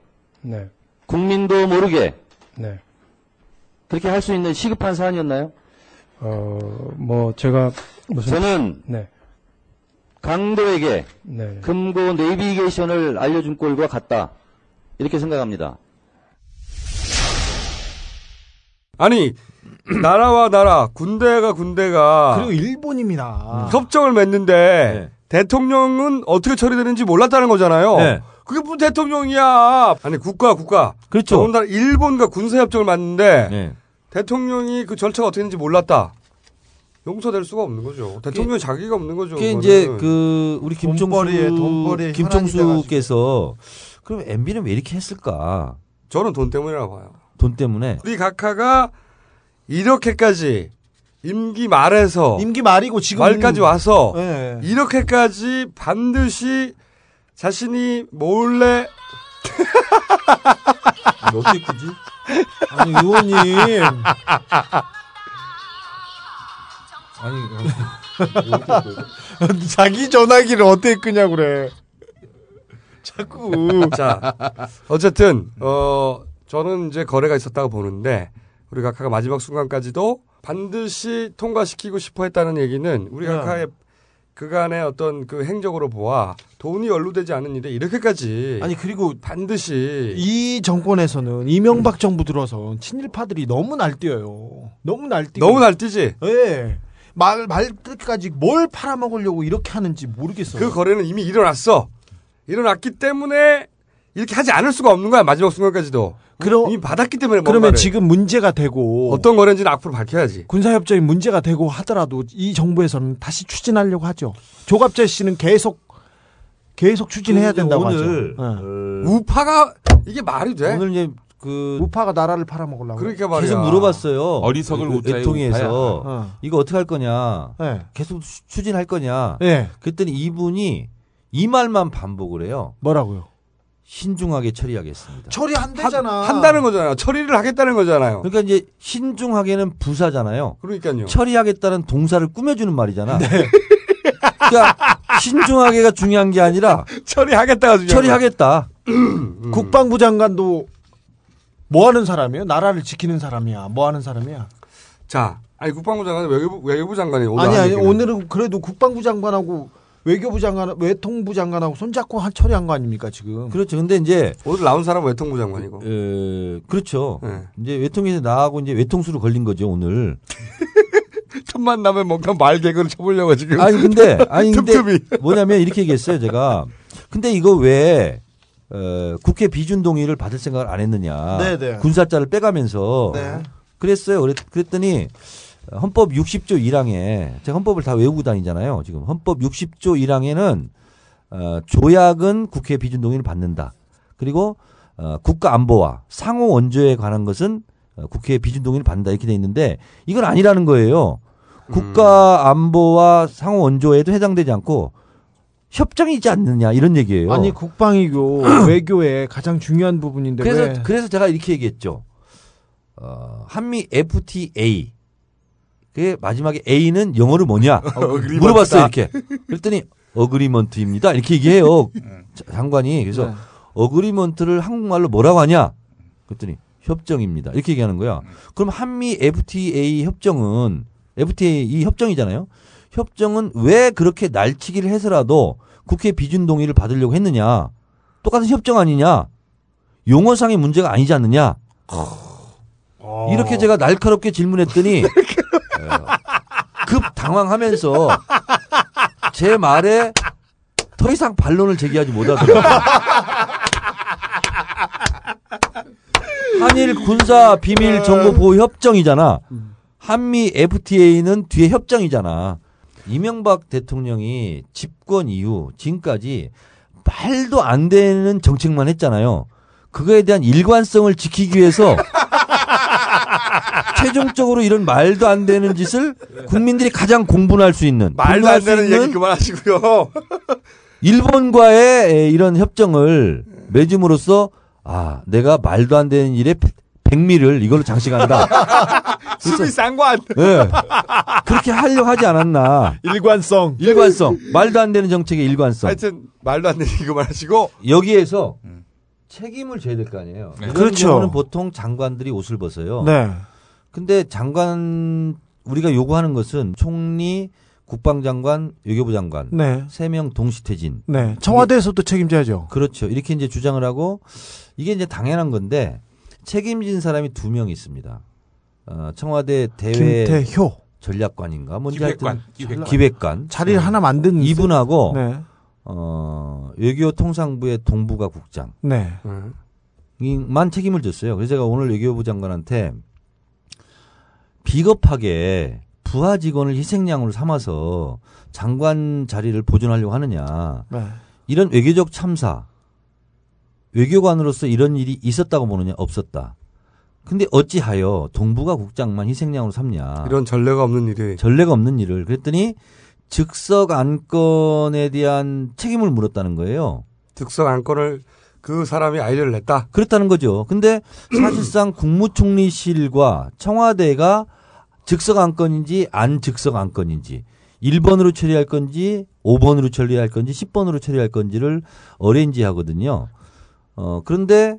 I: 네,
H: 국민도 모르게
I: 네.
H: 그렇게 할 수 있는 시급한 사안이었나요?
I: 어, 뭐 제가 무슨
H: 저는
I: 네,
H: 강도에게
I: 네.
H: 금고 내비게이션을 알려준 꼴과 같다 이렇게 생각합니다.
D: 아니 나라와 나라 군대가 군대가
E: 그리고 아. 일본입니다.
D: 협정을 맺는데
F: 네.
D: 대통령은 어떻게 처리되는지 몰랐다는 거잖아요.
F: 네.
D: 그게 무슨 대통령이야? 아니 국가 국가.
F: 그렇죠.
D: 더군다나 일본과 군사 협정을 맺는데
F: 네.
D: 대통령이 그 절차가 어떻게 되는지 몰랐다. 용서될 수가 없는 거죠. 대통령 이 자기가 없는 거죠.
F: 그게
D: 그거는.
F: 이제 그 우리
E: 돈벌이에
F: 김종수
E: 돈벌이에
F: 김종수께서 그럼 MB는 왜 이렇게 했을까?
D: 저는 돈 때문이라고 봐요.
F: 돈 때문에
D: 우리 각하가 이렇게까지 임기 말에서
E: 음. 임기 말이고 지금
D: 말까지 와서
E: 네.
D: 이렇게까지 반드시 자신이 몰래
F: 어떻게 굳이?
D: (laughs)
E: 아니 의원님
F: 아니
E: 자기 전화기를 어떻게 끄냐 그래. 자꾸
D: 자 (laughs) 어쨌든 어 저는 이제 거래가 있었다고 보는데 우리 각하가 마지막 순간까지도 반드시 통과시키고 싶어 했다는 얘기는 우리
E: 네.
D: 각하의 그간의 어떤 그 행적으로 보아 돈이 연루되지 않은 일에 이렇게까지
E: 아니 그리고
D: 반드시
E: 이 정권에서는 이명박 정부 들어서 친일파들이 너무 날뛰어요. 너무 날뛰고
D: 너무 날뛰지
E: 예. 말, 말 끝까지 뭘 팔아먹으려고 이렇게 하는지 모르겠어요.
D: 그 거래는 이미 일어났어. 일어났기 때문에 이렇게 하지 않을 수가 없는 거야. 마지막 순간까지도.
E: 그러-
D: 이미 받았기 때문에
E: 어? 그러면
D: 뭔가를.
E: 지금 문제가 되고
D: 어떤 거래인지는 앞으로 밝혀야지.
E: 군사협정이 문제가 되고 하더라도 이 정부에서는 다시 추진하려고 하죠. 조갑재 씨는 계속 계속 추진해야
F: 근데
E: 된다고
F: 오늘,
E: 하죠. 예.
F: 어,
D: 우파가 이게 말이 돼?
F: 네. 오늘 이제 그
E: 우파가 나라를 팔아먹으려고.
D: 그러니까 말이야.
F: 계속 물어봤어요.
G: 어리석을
F: 그
G: 우자에
F: 애통에서
E: 어.
F: 이거 어떻게 할 거냐.
E: 예.
F: 계속 추- 추진할 거냐.
E: 예.
F: 그랬더니 이분이 이 말만 반복을 해요.
E: 뭐라고요?
F: 신중하게 처리하겠습니다.
E: 처리 안 되잖아.
D: 한, 다는 거잖아요. 처리를 하겠다는 거잖아요.
F: 그러니까 이제 신중하게는 부사잖아요.
D: 그러니까요. 네.
F: 처리하겠다는 동사를 꾸며주는 말이잖아. (laughs) 그러니까 신중하게가 중요한 게 아니라
D: (laughs) 처리하겠다가 중요한 음.
F: 처리하겠다.
E: 음. 국방부 장관도 뭐 하는 사람이에요? 나라를 지키는 사람이야. 뭐 하는 사람이야?
D: 거야. 자, 아니 국방부 장관은 외교부, 외교부 장관이 오늘
E: 아니
D: 한
E: 아니
D: 얘기는.
E: 오늘은 그래도 국방부 장관하고 외교부 장관, 외통부 장관하고 손잡고 한 처리한 거 아닙니까 지금?
F: 그렇죠. 근데 이제
D: 오늘 나온 사람 은 외통부 장관이고.
E: 예.
F: 에, 그렇죠.
D: 네.
F: 이제 외통에서 나하고 이제 외통수로 걸린
D: (laughs)
F: 거죠 오늘.
D: 첫 만나면 뭔가 말 개그를 쳐보려고 지금.
F: 아니 근데
D: (laughs)
F: 아니 근데
D: 틈틈이.
F: 뭐냐면 이렇게 얘기했어요 제가. 근데 이거 왜 어, 국회 비준 동의를 받을 생각을 안 했느냐.
E: 네네.
F: 군사자를 빼가면서
E: 네.
F: 그랬어요. 그랬, 그랬더니 헌법 60조 1항에 제가 헌법을 다 외우고 다니잖아요. 지금 헌법 60조 1항에는 어, 조약은 국회 비준 동의를 받는다. 그리고 어, 국가 안보와 상호 원조에 관한 것은 어, 국회 비준 동의를 받는다 이렇게 돼 있는데 이건 아니라는 거예요.
E: 음.
F: 국가 안보와 상호 원조에도 해당되지 않고 협정이 있지 않느냐 이런 얘기예요.
E: 아니 국방이고 (clears throat) 외교의 가장 중요한 부분인데
F: 그래서
E: 왜
F: 그래서 제가 이렇게 얘기했죠. 어, 한미 FTA 그 마지막에 A는
E: (laughs)
F: 영어로 뭐냐 물어봤어요 이렇게. 그랬더니 어그리먼트입니다 이렇게 얘기해요 자- 장관이 그래서
E: 음. 네.
F: 어그리먼트를 한국말로 뭐라고 하냐 그랬더니 협정입니다 이렇게 얘기하는 거야.
E: 음.
F: 그럼 한미 FTA 협정은 FTA 이 협정이잖아요. 협정은 왜 그렇게 날치기를 해서라도 국회 비준 동의를 받으려고 했느냐? 똑같은 협정 아니냐? 용어상의 문제가 아니지 않느냐?
E: 어.
F: 이렇게 제가 (laughs) 날카롭게 질문했더니 어, 급 당황하면서 제 말에 더 이상 반론을 제기하지 (laughs) 못하더라고요. 한일 군사 비밀 정보 보호 협정이잖아. 한미 FTA는 뒤에 협정이잖아. 이명박 대통령이 집권 이후 지금까지 말도 안 되는 정책만 했잖아요. 그거에 대한 일관성을 지키기 위해서 최종적으로 이런 말도 안 되는 짓을 국민들이 가장 공분할 수 있는
D: 말도
F: 분노할
D: 안
F: 수
D: 되는
F: 있는
D: 얘기 그만하시고요.
F: (laughs) 일본과의 에, 이런 협정을 맺음으로써 아 내가 말도 안 되는 일에 백- 백미를 이걸로 장식한다.
D: (laughs)
F: 그렇죠?
D: 수비 상관.
F: 예. 그렇게 하려고 하지 않았나.
E: 일관성
F: 일관성 말도 안 되는 정책의 일관성
D: 하여튼 말도 안 되는 얘기 그만하시고. 음.
F: 여기에서 책임을 져야 될 거 아니에요.
D: 네.
F: 이런
E: 그렇죠.
F: 경우는 보통 장관들이 옷을 벗어요.
E: 네
F: 근데 장관 우리가 요구하는 것은 총리, 국방장관, 외교부 장관
E: 네.
F: 세 명 동시 퇴진.
E: 네. 청와대에서도 책임져야죠.
F: 그렇죠. 이렇게 이제 주장을 하고 이게 이제 당연한 건데 책임진 사람이 두 명 있습니다. 어, 청와대
E: 예.
F: 대외
E: 김태효
F: 전략관인가 뭔지
G: 기획관,
F: 하여튼
G: 기획관.
F: 기획관
E: 자리를 하나 만든
F: 이분하고
E: 음. 네.
F: 어, 외교통상부의 동북아 국장
E: 네.
D: 예.
F: 만 책임을 졌어요. 그래서 제가 오늘 외교부 장관한테 비겁하게 부하 직원을 희생양으로 삼아서 장관 자리를 보존하려고 하느냐.
E: 네.
F: 이런 외교적 참사, 외교관으로서 이런 일이 있었다고 보느냐, 없었다. 근데 어찌하여 동북아 국장만 희생양으로
E: 아.
F: 삼냐.
D: 이런 전례가 없는 일이.
F: 전례가 없는 일을 그랬더니 즉석 안건에 대한 책임을 물었다는 거예요.
D: 특성 안건을 그 사람이 아이디어를 냈다.
F: 그렇다는 거죠. 근데 사실상 국무총리실과 청와대가 즉석 안건인지 안 즉석 안건인지 1번으로 처리할 건지 5번으로 처리할 건지 10번으로 처리할 건지를 어레인지 하거든요. 어, 그런데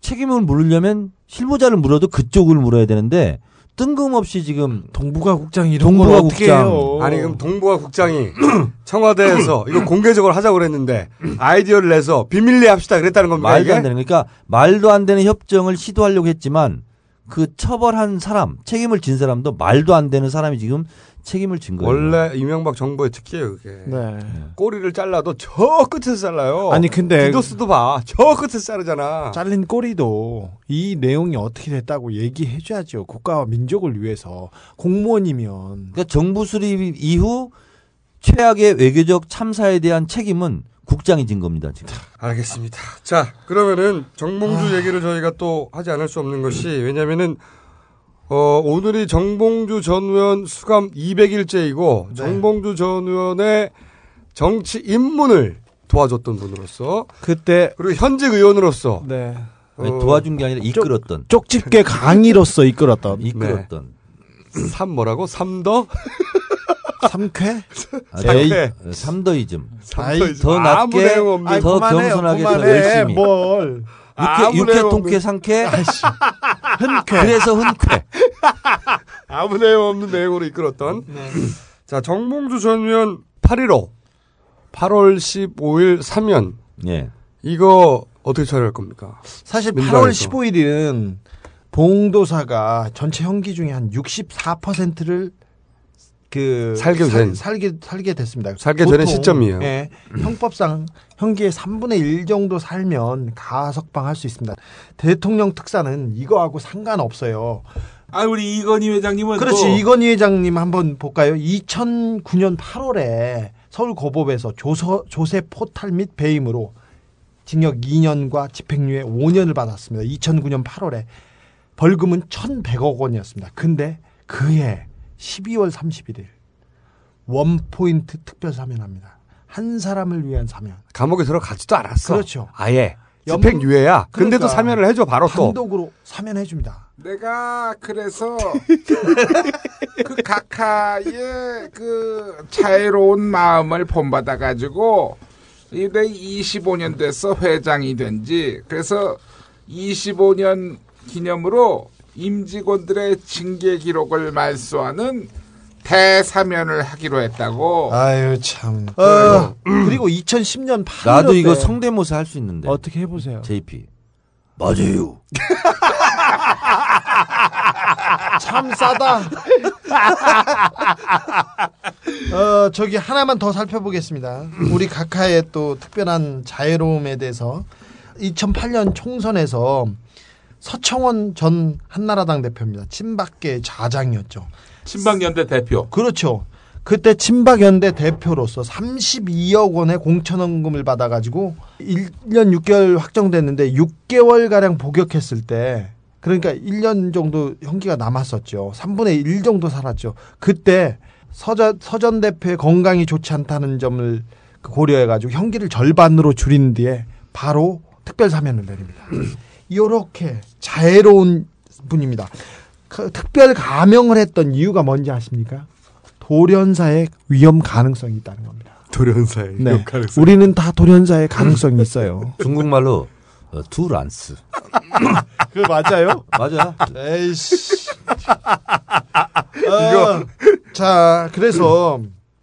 F: 책임을 물으려면 실무자를 물어도 그쪽을 물어야 되는데 뜬금없이 지금
E: 동북아 국장 이런
F: 동북아
E: 걸 어떻게
F: 국장.
E: 해요?
D: 아니 그럼 동부와 국장이 (clears throat) 청와대에서
E: (clears throat)
D: 이거 공개적으로 하자고 그랬는데 아이디어를 내서 비밀리 합시다 그랬다는 겁니까?
F: 말도
D: 이게?
F: 안 되는 거니까 말도 안 되는 협정을 시도하려고 했지만 그 처벌한 사람, 책임을 진 사람도 말도 안 되는 사람이 지금 책임을 진 거예요.
D: 원래 이명박 정부의 특기예요, 그게.
E: 네.
D: 꼬리를 잘라도 저 끝에서 잘라요.
E: 아니 근데
D: 디도스도 봐. 저 끝에서 자르잖아.
E: 잘린 꼬리도 이 내용이 어떻게 됐다고 얘기해줘야죠. 국가와 민족을 위해서 공무원이면
F: 그러니까 정부 수립 이후 최악의 외교적 참사에 대한 책임은 국장이 진 겁니다. 지금.
D: 알겠습니다. 자, 그러면은
F: 아.
D: 정봉주 얘기를 저희가 또 하지 않을 수 없는 것이 왜냐면은 어, 오늘이 정봉주 전 의원 수감 200일째이고
F: 네.
D: 정봉주 전 의원의 정치 입문을 도와줬던 분으로서
E: 그때
D: 그리고 현직 의원으로서
E: 네.
F: 아니,
D: 어,
F: 도와준 게 아니라 이끌었던,
E: 쪽집게 강의로서 이끌었던
F: 이끌었던.
D: 네. 삼 뭐라고 삼더
E: 삼쾌?
F: 아,
D: 삼패.
F: 데이- 삼더이즘.
D: 삼더
F: 더
D: 아무
F: 낮게
D: 내용 없는
F: 아이, 더 겸손하게 더 열심히.
E: 뭘
D: 아무 아,
F: 육회, 육회
D: 내용
F: 통쾌 상쾌. (laughs)
E: 흔쾌
F: 그래서 흔쾌.
D: 아무 내용 없는 내용으로 이끌었던
E: 네.
D: 자 정봉주 전 의원 8.15 8월 15일 사면
F: 예.
D: 이거 어떻게 처리할 겁니까?
E: 사실
D: 민주당에서.
E: 8월 15일은 봉도사가 전체 형기 중에 한 64%를 그
D: 살게 된.
E: 살, 게 살게 됐습니다.
D: 살게
E: 보통,
D: 되는 시점이에요.
E: 예, 형법상 형기의 3분의 1 정도 살면 가석방할 수 있습니다. 대통령 특사는 이거하고 상관없어요.
G: 아 우리 이건희 회장님은
E: 그렇지
G: 또
E: 이건희 회장님 한번 볼까요? 2009년 8월에 서울 고법에서 조서, 조세 포탈 및 배임으로 징역 2년과 집행유예 5년을 받았습니다. 2009년 8월에 벌금은 1,100억 원이었습니다. 근데 그해 12월 31일 원포인트 특별 사면합니다. 한 사람을 위한 사면.
D: 감옥에 들어가지도 않았어.
E: 그렇죠.
D: 아예
E: 연-
D: 집행유예야. 근데도
E: 그러니까
D: 사면을 해줘 바로 또.
E: 단독으로 사면해 줍니다.
J: 내가
E: (laughs)
J: 그래서 그 카카의 그 자애로운 마음을 본받아 가지고 이내 25년 돼서 회장이 된지 그래서 25년 기념으로 임직원들의 징계 기록을 말소하는 대사면을 하기로 했다고.
E: 아유 참. 어, 그리고 2010년 8월
F: 나도 이거 성대모사 할 수 있는데.
E: 어떻게 해보세요?
F: JP. 맞아요.
E: 참 싸다. (laughs) 어, 저기 하나만 더 살펴보겠습니다. 우리 각하의 또 특별한 자애로움에 대해서 2008년 총선에서 서청원 전 한나라당 대표입니다. 친박계 자장이었죠.
G: 친박연대 대표
E: 그렇죠. 그때 친박연대 대표로서 32억 원의 공천원금을 받아가지고 1년 6개월 확정됐는데 6개월가량 복역했을 때 그러니까 1년 정도 형기가 남았었죠. 3분의 1 정도 살았죠. 그때 서전, 서전 대표의 건강이 좋지 않다는 점을 그 고려해가지고 형기를 절반으로 줄인 뒤에 바로 특별 사면을 내립니다. (clears throat) 이렇게 자애로운 분입니다. 그 특별 감형을 했던 이유가 뭔지 아십니까? 돌연사의 위험 가능성이 있다는 겁니다.
D: 돌연사의
E: 네. 우리는 다 돌연사의 가능성이
F: (laughs)
E: 있어요.
F: 중국말로 어, 두 란스.
E: 그 맞아요?
F: 맞아.
E: 에이씨. (laughs) 이거. 자, 그래서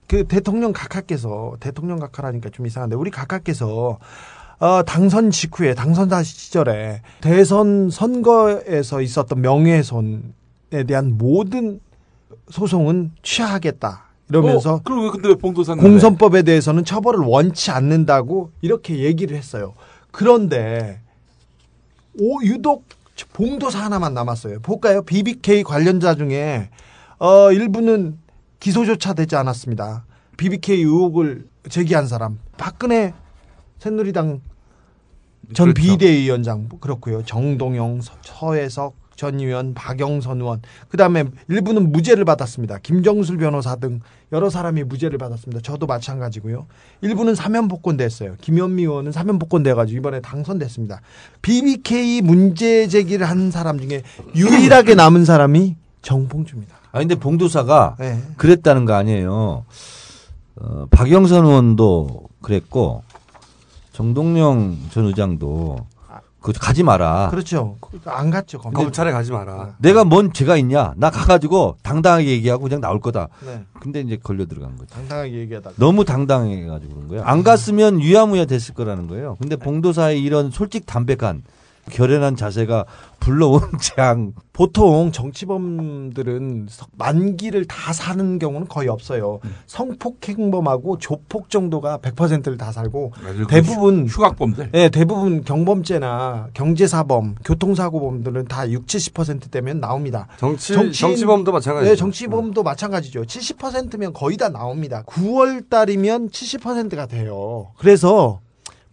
E: 그 대통령 각하께서 대통령 각하라니까 좀 이상한데 우리 각하께서 어, 당선 직후에 당선자 시절에 대선 선거에서 있었던 명예훼손에 대한 모든 소송은 취하하겠다 이러면서
G: 어, 그리고 근데 왜 봉도사는
E: 공선법에 대해서는 처벌을 원치 않는다고 이렇게 얘기를 했어요. 그런데 오 유독 봉도사 하나만 남았어요. 볼까요? BBK 관련자 중에 어 일부는 기소조차 되지 않았습니다. BBK 의혹을 제기한 사람 박근혜 새누리당 전 비대위원장 뭐 그렇고요. 정동영, 서- 서혜석 전 의원, 박영선 의원, 그다음에 일부는 무죄를 받았습니다. 김정술 변호사 등 여러 사람이 무죄를 받았습니다. 저도 마찬가지고요. 일부는 사면 복권됐어요. 김현미 의원은 사면 복권돼가지고 이번에 당선됐습니다. BBK 문제 제기를 한 사람 중에 유일하게 남은 사람이 정봉주입니다.
F: 아 근데 봉도사가
E: 네.
F: 그랬다는 거 아니에요. 어, 박영선 의원도 그랬고 정동영 전 의장도 그 가지 마라.
E: 그렇죠. 안 갔죠. 검찰.
D: 검찰에 가지
E: 네.
D: 마라.
F: 내가 뭔 죄가 있냐? 나 가가지고 당당하게 얘기하고 그냥 나올 거다.
E: 네.
F: 근데 이제 걸려 들어간 거지.
E: 당당하게 얘기하다가.
F: 너무 당당해가지고 그런 거예요. 안 갔으면 유야무야 됐을 거라는 거예요. 근데 봉도사의 이런 솔직 담백한 결연한 자세가 불러온 (laughs) 재앙.
E: 보통 정치범들은 석- 만기를 다 사는 경우는 거의 없어요. 성폭행범하고 조폭 정도가 100%를 다 살고 대부분
G: 휴각범들.
E: 예, 대부분 경범죄나 경제사범, 교통사고범들은 다 6, 70% 되면 나옵니다.
D: 정치
E: 정치인-
D: 정치범도 마찬가지죠.
E: 네, 정치범도 마찬가지죠. 70%면 거의 다 나옵니다. 9월 달이면 70%가 돼요. 그래서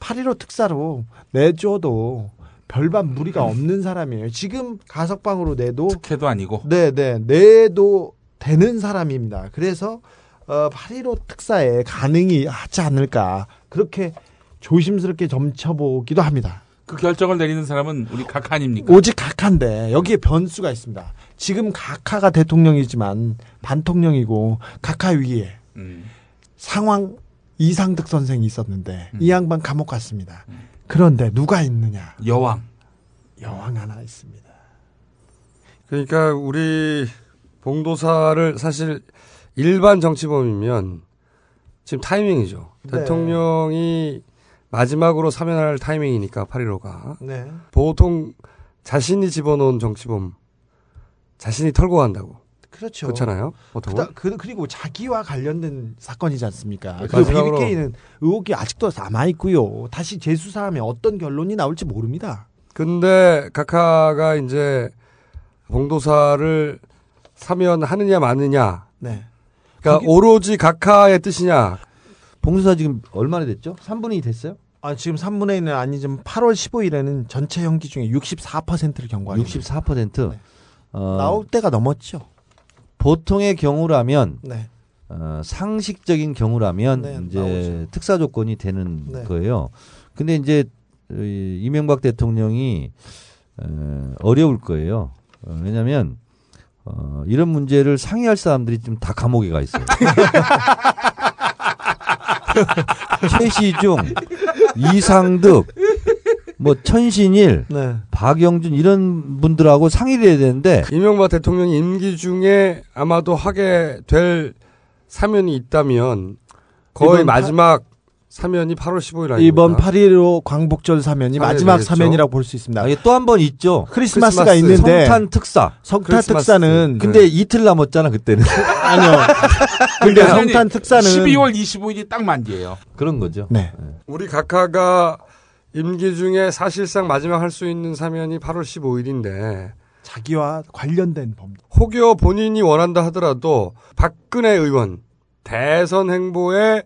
E: 8.15 특사로 내줘도 별반 무리가 없는 사람이에요. 지금 가석방으로 내도
G: 특혜도 아니고.
E: 네, 네. 내도 되는 사람입니다. 그래서 어, 8.15 특사에 가능이 하지 않을까. 그렇게 조심스럽게 점쳐보기도 합니다.
G: 그 결정을 내리는 사람은 우리 각 아닙니까?
E: 오직 각하인데 여기에 변수가 있습니다. 지금 각하가 대통령이지만 반통령이고 각하 위에
G: 음.
E: 상황 이상득 선생이 있었는데
G: 음.
E: 이 양반 감옥 갔습니다. 그런데 누가 있느냐?
G: 여왕.
E: 여왕 하나 있습니다.
D: 그러니까 우리 봉도사를 사실 일반 정치범이면 지금 타이밍이죠.
E: 네.
D: 대통령이 마지막으로 사면할 타이밍이니까 8.15가
E: 네.
D: 보통 자신이 집어넣은 정치범 자신이 털고 간다고
E: 그렇죠.
D: 그렇잖아요. 보통
E: 그다, 그, 그리고 자기와 관련된 사건이지 않습니까?
D: 네,
E: 아, 그리고
D: 마지막으로-
E: BBK는 의혹이 아직도 남아있고요. 다시 재수사하면 어떤 결론이 나올지 모릅니다.
D: 근데 카카가 이제 봉도사를 사면하느냐 마느냐
E: 네.
D: 그러니까
E: 그게-
D: 오로지 각하의 뜻이냐
F: 봉수사 지금 얼마나 됐죠? 3분이 됐어요?
E: 아, 지금 3분의 1은 아니지만 8월 15일에는 전체 형기 중에 64%를 경과합니다.
F: 64%.
E: 네.
F: 어,
E: 나올 때가 넘었죠.
F: 보통의 경우라면
E: 네.
F: 어, 상식적인 경우라면
E: 네,
F: 이제
E: 나오죠.
F: 특사 조건이 되는
E: 네.
F: 거예요. 근데 이제 이- 이명박 대통령이 어, 어려울 거예요. 어, 왜냐하면 어, 이런 문제를 상의할 사람들이 지금 다 감옥에 가 있어요. (laughs) 최시중, 이상득, 뭐 천신일,
E: 네.
F: 박영준 이런 분들하고 상의를 해야 되는데
D: 이명박 대통령 임기 중에 아마도 하게 될 사면이 있다면 거의
E: 이번
D: 마지막 사면이 8월 15일 아닙니까?
E: 이번 8.15 광복절 사면이
D: 사면이
E: 마지막
D: 되겠죠.
E: 사면이라고 볼 수 있습니다.
F: 아, 이게 또 한 번 있죠.
E: 예. 크리스마스가 그
D: 크리스마스,
E: 있는데
F: 성탄 특사.
E: 성탄
D: 크리스마스.
E: 특사는
F: 근데 이틀
E: (laughs)
F: 남았잖아 그때는
E: 아니요. 근데
G: 그러니까
E: 성탄 특사는
G: 12월 25일이 딱 만기예요.
F: 그런 거죠.
E: 네.
D: 우리 각하가 임기 중에 사실상 마지막 할 수 있는 사면이 8월 15일인데
E: 자기와 관련된 범죄.
D: 혹여 본인이 원한다 하더라도 박근혜 의원 대선 행보에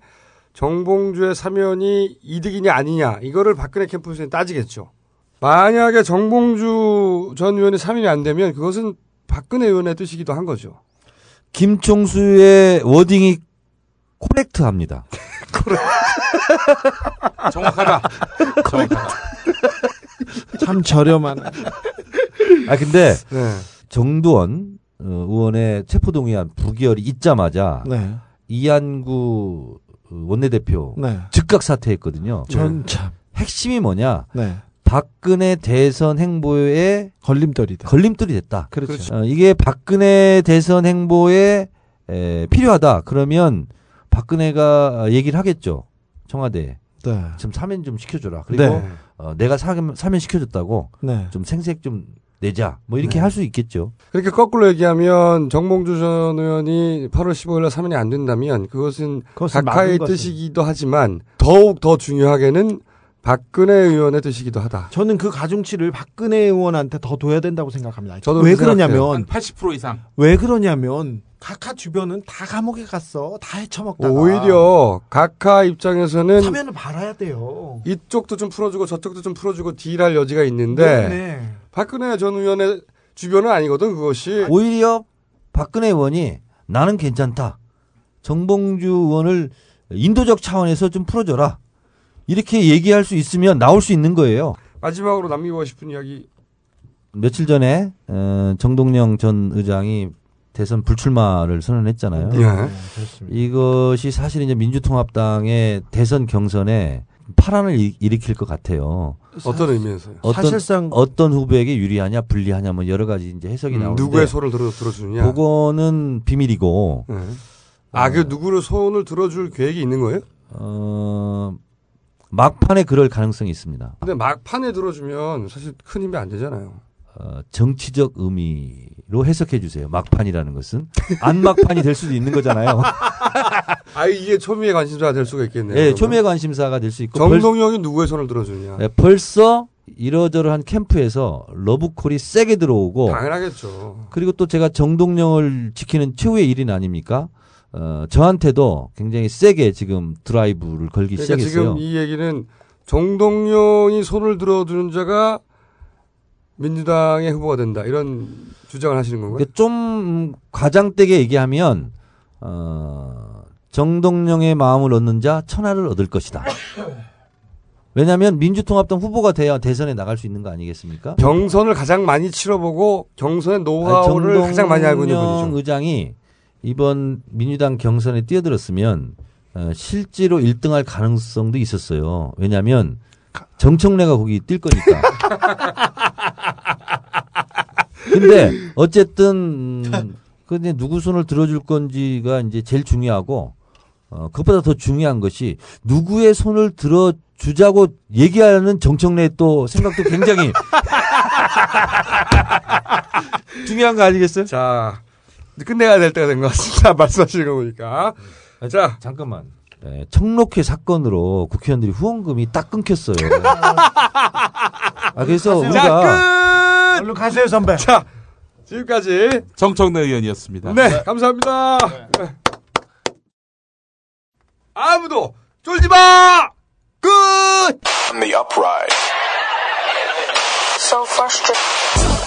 D: 정봉주의 사면이 이득이냐 아니냐 이거를 박근혜 캠프에서 따지겠죠. 만약에 정봉주 전 의원이 사면이 안 되면 그것은 박근혜 의원의 뜻이기도 한 거죠.
F: 김총수의 워딩이 코렉트합니다.
E: (laughs)
G: 정확하다. 정확하다.
E: 참 저렴한
F: 아 근데
D: 네.
F: 정두원 어, 의원의 체포동의안 부결이 있자마자
E: 네.
F: 이한구 어, 원내대표
E: 네.
F: 즉각 사퇴했거든요.
E: 전참
F: 핵심이 뭐냐?
E: 네.
F: 박근혜 대선 행보에
E: 걸림돌이다.
F: 걸림돌이 됐다.
E: 그렇죠. 그렇죠.
F: 어, 이게 박근혜 대선 행보에 에, 필요하다. 그러면 박근혜가 어, 얘기를 하겠죠. 청와대에.
E: 네.
F: 좀 사면 좀 시켜줘라. 그리고
D: 그렇죠. 네.
F: 어, 내가 사면, 사면 시켜줬다고
E: 네.
F: 좀 생색 좀 내자. 뭐 이렇게
D: 네.
F: 할 수 있겠죠.
D: 그렇게 거꾸로 얘기하면 정봉주 전 의원이 8월 15일에 사면이 안 된다면 그것은
E: 그것은
D: 각하의
E: 막은 것은-
D: 뜻이기도 하지만 더욱 더 중요하게는 박근혜 의원의 뜻이기도 하다.
E: 저는 그 가중치를 박근혜 의원한테 더 둬야 된다고 생각합니다.
D: 저도
E: 왜
D: 그렇게
E: 그러냐면
G: 한80% 이상.
E: 왜 그러냐면 각하 주변은 다 감옥에 갔어. 다
F: 아.
E: 헤쳐먹다가
D: 뭐 오히려 각하 입장에서는
E: 사면을 받아야 돼요.
D: 이쪽도 좀 풀어주고 저쪽도 좀 풀어주고 딜할 여지가 있는데
E: 네.
D: 박근혜 전 의원의 주변은 아니거든 그것이
F: 뭐 오히려 박근혜 의원이 나는 괜찮다. 정봉주 의원을 인도적 차원에서 좀 풀어줘라. 이렇게 얘기할 수 있으면 나올 수 있는 거예요.
D: 마지막으로 남기고 싶은 이야기
F: 며칠 전에 어, 정동영 전 의장이 대선 불출마를 선언했잖아요.
D: 예.
E: 네, 그렇습니다.
F: 이것이 사실 이제 민주통합당의 대선 경선에 파란을 일- 일으킬 것 같아요.
D: 어떤 의미에서요?
F: 어떤
E: 사실상
F: 어떤 후보에게 유리하냐 불리하냐 뭐 여러 가지 이제 해석이
D: 음,
F: 나오는데
D: 누구의 손을 들어 들어주느냐? 예.
F: 그거는 비밀이고
D: 아 그 누구를 손을 들어줄 계획이 있는 거예요?
F: 어 막판에 그럴 가능성이 있습니다.
D: 근데 막판에 들어주면 사실 큰 힘이 안 되잖아요.
F: 어, 정치적 의미로 해석해 주세요. 막판이라는 것은 안 막판이 될 수도 있는 거잖아요.
D: 아 이게 초미의 관심사가 될 수가 (laughs) 있겠네요.
F: 예,
D: 그러면.
F: 초미의 관심사가 될 수 있고 벌-
D: 정동영이 누구의 손을 들어주냐.
F: 네, 벌써 이러저러한 캠프에서 러브콜이 세게 들어오고
D: 당연하겠죠.
F: 그리고 또 제가 정동영을 지키는 최후의 일인 아닙니까? 어, 저한테도 굉장히 세게 지금 드라이브를 걸기
D: 그러니까
F: 시작했어요.
D: 지금 이 얘기는 정동영이 손을 들어주는 자가 민주당의 후보가 된다 이런 주장을 하시는 건가요?
F: 그러니까 좀 과장되게 얘기하면 어, 정동영의 마음을 얻는 자 천하를 얻을 것이다. 왜냐하면 민주통합당 후보가 돼야 대선에 나갈 수 있는 거 아니겠습니까?
D: 경선을 가장 많이 치러보고 경선의 노하우를
F: 정동영
D: 가장 많이 알고 있는 분이죠.
F: 의장이 이번 민주당 경선에 뛰어들었으면 어, 실제로 1등할 가능성도 있었어요. 왜냐하면 정청래가 거기
D: (laughs)
F: 뛸 거니까. 근데 어쨌든 음, 근데 누구 손을 들어줄 건지가 이제 제일 중요하고 어, 그것보다 더 중요한 것이 누구의 손을 들어주자고 얘기하는 정청래 또 생각도 굉장히 음, 중요한 거 아니겠어요?
D: 자 이제 끝내야 될 때가 된 것 같습니다. (laughs) 말씀하시는 거 보니까 자
F: 음. 잠깐만. 네, 청록회 사건으로 국회의원들이 후원금이 딱 끊겼어요. 아, 그래서 우리가
D: 자, 끝!
E: 얼른 가세요 선배.
D: 자 지금까지
G: 정청래 의원이었습니다.
D: 네, 감사합니다. 네. 아무도 쫄지 마! 끝!
K: on the upright. So frustrated.